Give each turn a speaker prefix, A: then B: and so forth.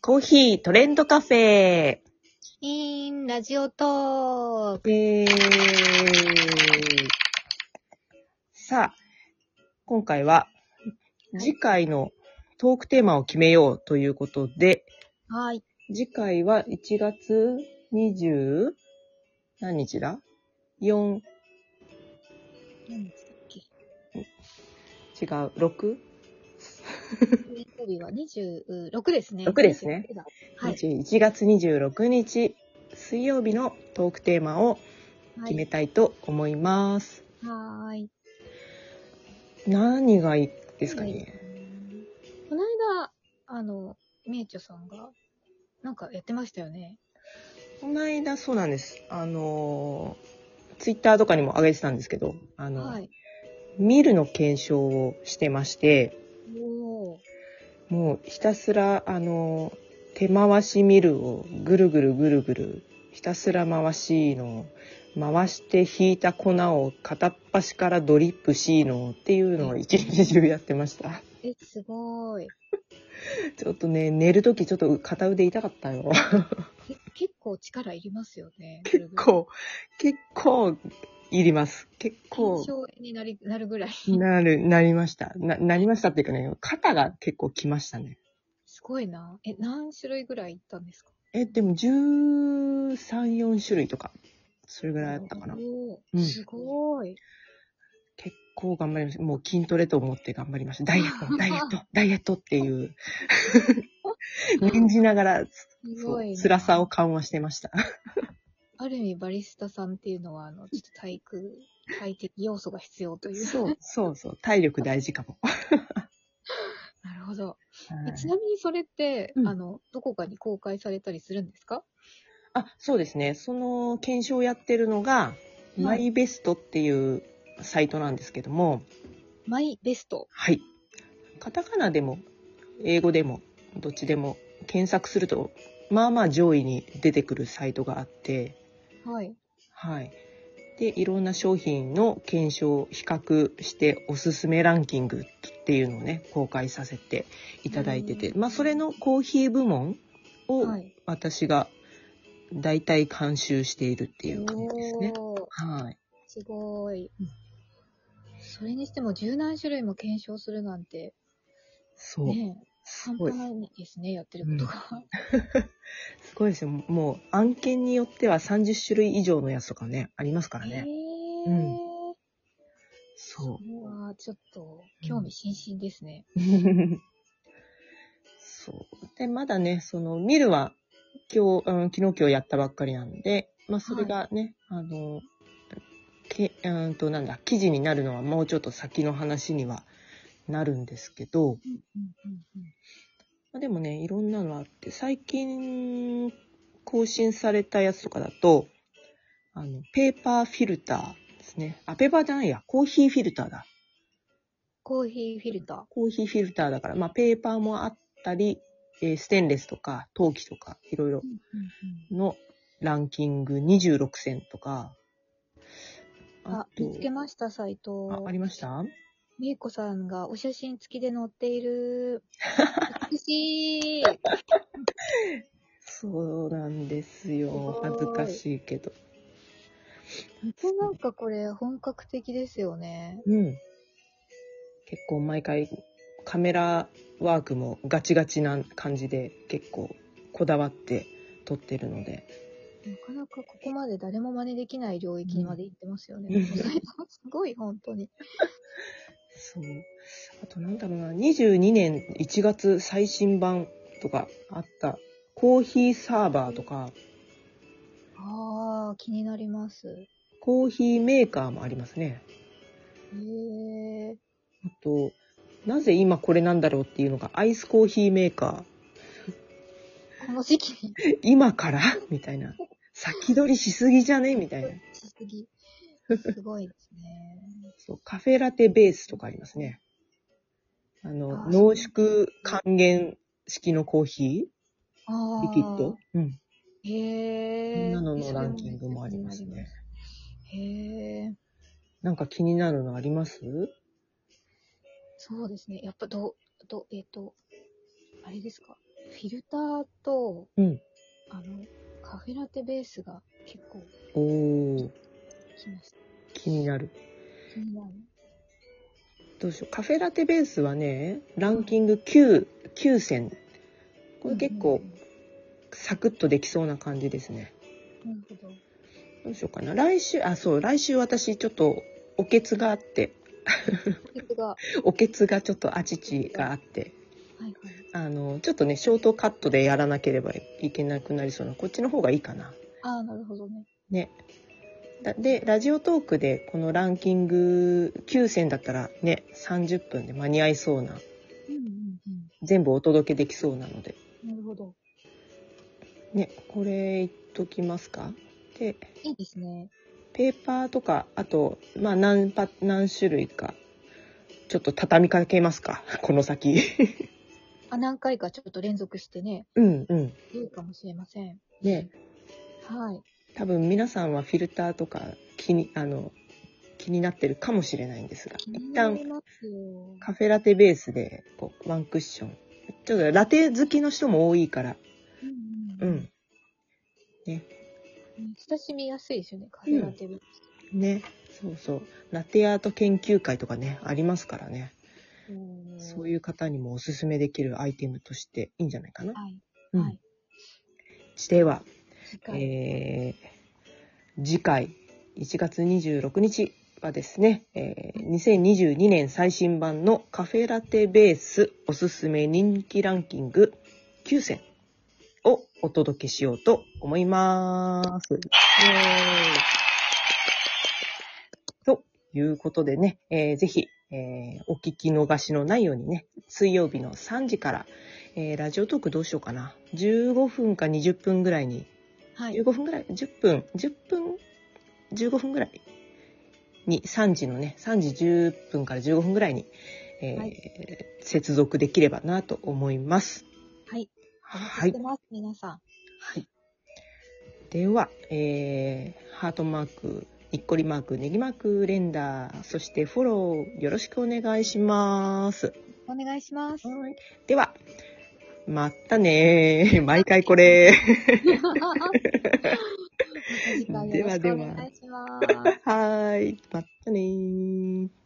A: コーヒートレンドカフェ。
B: インラジオトーク。
A: えー、さあ、今回は
B: はい
A: 次回のトークテーマを決めようということで、
B: はい。
A: 次回は1月20何日だ ?4、違う、
B: 何ですか
A: 6?21
B: 月曜日は26ですね。
A: 6ですね
B: 26だ。はい。
A: 月26日水曜日のトークテーマを
B: は
A: 決め
B: い。
A: たいと思います。
B: はーい。
A: 何がいいですかね。
B: この間、あの、みえちょさんが、なんかやってましたよね。
A: この間そうなんです。あのー、ツイッターとかにも上げてたんですけど、あの、
B: はい。
A: 見るの検証をしてまして、
B: おー。
A: もうひたすら、あのー、手回し見るをぐるぐるぐるぐる、ひたすら回しのを、回して引いた粉を片っ端からドリップしのっていうのを一日中やってました。
B: え、すごい。
A: ちょっとね、寝るときちょっと片腕痛かったよ。
B: け結構力いりますよね。
A: 結構、
B: こ
A: 結構、いります。結構。
B: 炎になりなるぐらい。
A: なる、なりました。な、なりましたっていうかね、肩が結構きましたね。
B: すごいな。え、何種類ぐらいいったんですか
A: え、でも13、4種類とか、それぐ
B: ぐ
A: らいだったかな。
B: お
A: うん
B: ー。すごい。
A: 結構頑張りました。もう筋トレと思って頑張りました。ダイエッ ト、ダイエット、ダイエットっていう、 念じながら、
B: す
A: そ
B: ご
A: う
B: いな。
A: 辛さを緩和してました。
B: ある意味バリスタさんっていうのは、あの、ちょっと体 育、体的要素が必要という。
A: そう、 そうそう。体力大事かも。
B: なるほど。
A: は
B: え
A: い
B: ちなみにそれって、
A: うん
B: あの、どこかに公開されたりするんですか
A: あ、そうですね。その検証をやってるのが、
B: い
A: マイベストっていうサイトなんですけども、
B: マイベスト。
A: はい。カタカナでも、英語でも、どっちでも検索すると、まあまあ上位に出てくるサイトがあって、
B: はい。
A: はい。で、いろんな商品の検証、比較して、おすすめランキングっていうのをね、公開させていただいてて、
B: うん
A: まあ、それのコーヒー部門を
B: はい。
A: 私が大体監修しているっていう感じですね。
B: おー
A: はい。
B: すごい
A: うん。
B: それにしても十何種類も検証するなんて、
A: そう。
B: ねえ、
A: す
B: 半
A: ごい
B: 端。ないですね、やってることが。
A: すごいですよ。もう案件によっては30種類以上のやつとかね、ありますからね。
B: え
A: う
B: ー。
A: そう
B: わーちょっと、興味津々ですね。
A: う。 そう。で、まだね、その、見るは、今日、うん、昨日今日やったばっかりなんで、まあ、それがね、あの、け、うんと、なんだ、記事になるのはもうちょっと先の話にはなるんですけど、
B: うんうんうんうん
A: まあ、でもね、いろんなのあって、最近更新されたやつとかだと、あの、ペーパーフィルターですね。あ、ペーパーじゃないや、コーヒーフィルターだ。
B: コーヒーフィルター。
A: コーヒーフィルターだから、まあ、ペーパーもあったり、えーステンレスとか、陶器とか、いろいろのランキング26選とか、
B: あ、見つけました、サイト。
A: あありました
B: みゆこさんがお写真付きで載って いる。美しい。
A: そうなんですよ。
B: す
A: 恥ず
B: ごい
A: かしいけど。
B: なんかこれ本格的ですよね。
A: うん。結構毎回カメラワークもガチガチな感じで結構こだわって撮ってるので。
B: なかなかここまで誰も真似できない領域にまで行ってますよね。
A: うん
B: すごい、本当に。
A: そう。あとなんだろうな、22年1月最新版とかあったコーヒーサーバーとか
B: ああ、気になります。へ
A: コーヒーメーカーもありますね。
B: え。
A: あと、なぜ今これなんだろうっていうのがアイスコーヒーメーカー。
B: この時期に
A: 今からみたいな。先取りしすぎじゃねみたいな。
B: しすぎ。すごいですね。
A: そう、カフェラテベースとかありますね。あの、
B: あー
A: 濃縮還元式のコーヒ
B: あ
A: ー、
B: あ。
A: リキッドうん。こ
B: へ
A: ん
B: え。
A: なののランキングもありますね。
B: へえ。
A: なんか気になるのあります
B: そうですね。やっぱど、ど、えっ、と、あれですか。フィルターと、
A: うん
B: あの、カフェラテベースが結構
A: おお
B: きました。
A: 気になる。
B: 気になる。
A: どうしよう。カフェラテベースはね、ランキング9、9選。これ結構
B: うん
A: サクッとできそうな感じですね。
B: うんうん。なるほど。
A: どうしようかな。来週、あ、そう、来週私ちょっとおけつがあって、
B: 結が、は
A: おけつがちょっとあちちがあって、
B: いはい。
A: あの、ちょっとね、ショートカットでやらなければいけなくなりそうな、こっちの方がいいかな。
B: ああ、なるほどね。
A: ね。だで、ラジオトークでこのランキング9選だったらね、30分で間に合いそうな、
B: うんうん
A: 全部お届けできそうなので、
B: うん。なるほど。
A: ね、これいっときますか。で、
B: いいですね。
A: ペーパーとか、あと、まあ何パ、何種類か、ちょっと畳みかけますか、 この先。
B: あ、何回かちょっと連続してね、
A: うんうん。
B: いいかもしれません。
A: ね、
B: はい。
A: 多分皆さんはフィルターとか気に、あの、気になってるかもしれないんですが、
B: 気
A: 一
B: にな
A: 旦
B: りますよ。
A: カフェラテベースで、こう、ワンクッション。ちょっとラテ好きの人も多いから、
B: うん
A: う
B: うん
A: ん。
B: うん。親しみやすいですよね、カフェラテベース。。
A: ね。そうそう。ラテアート研究会とかね、ありますからね。そういうう方にもおすすめできるアイテムとしていいんじゃないかな。
B: はい。
A: うん
B: はい。
A: しては、
B: 次回。
A: えー次回1月26日はですね、えー2022年最新版のカフェラテベースおすすめ人気ランキング9選をお届けしようと思います。イエーイということでね、えーぜひ、えーお聞き逃しのないようにね、水曜日の3時から、えーラジオトークどうしようかな。15分か20分ぐらいに
B: はい。
A: 15分ぐらい、10分、10分、15分ぐらいに、3時のね、3時10分から15分ぐらいに、えー
B: は
A: 接続できればなと思います。
B: はい。お待ち
A: はい
B: して。ます、皆さん。
A: はい、では、えーハートマーク、にっこりマーク、ネギマーク、レンダー、そしてフォローよろしくお願いします。
B: お願いし ます。
A: では、まったねー。 毎回これ。
B: 次回よろしくお願いします。
A: はーい。まったねー。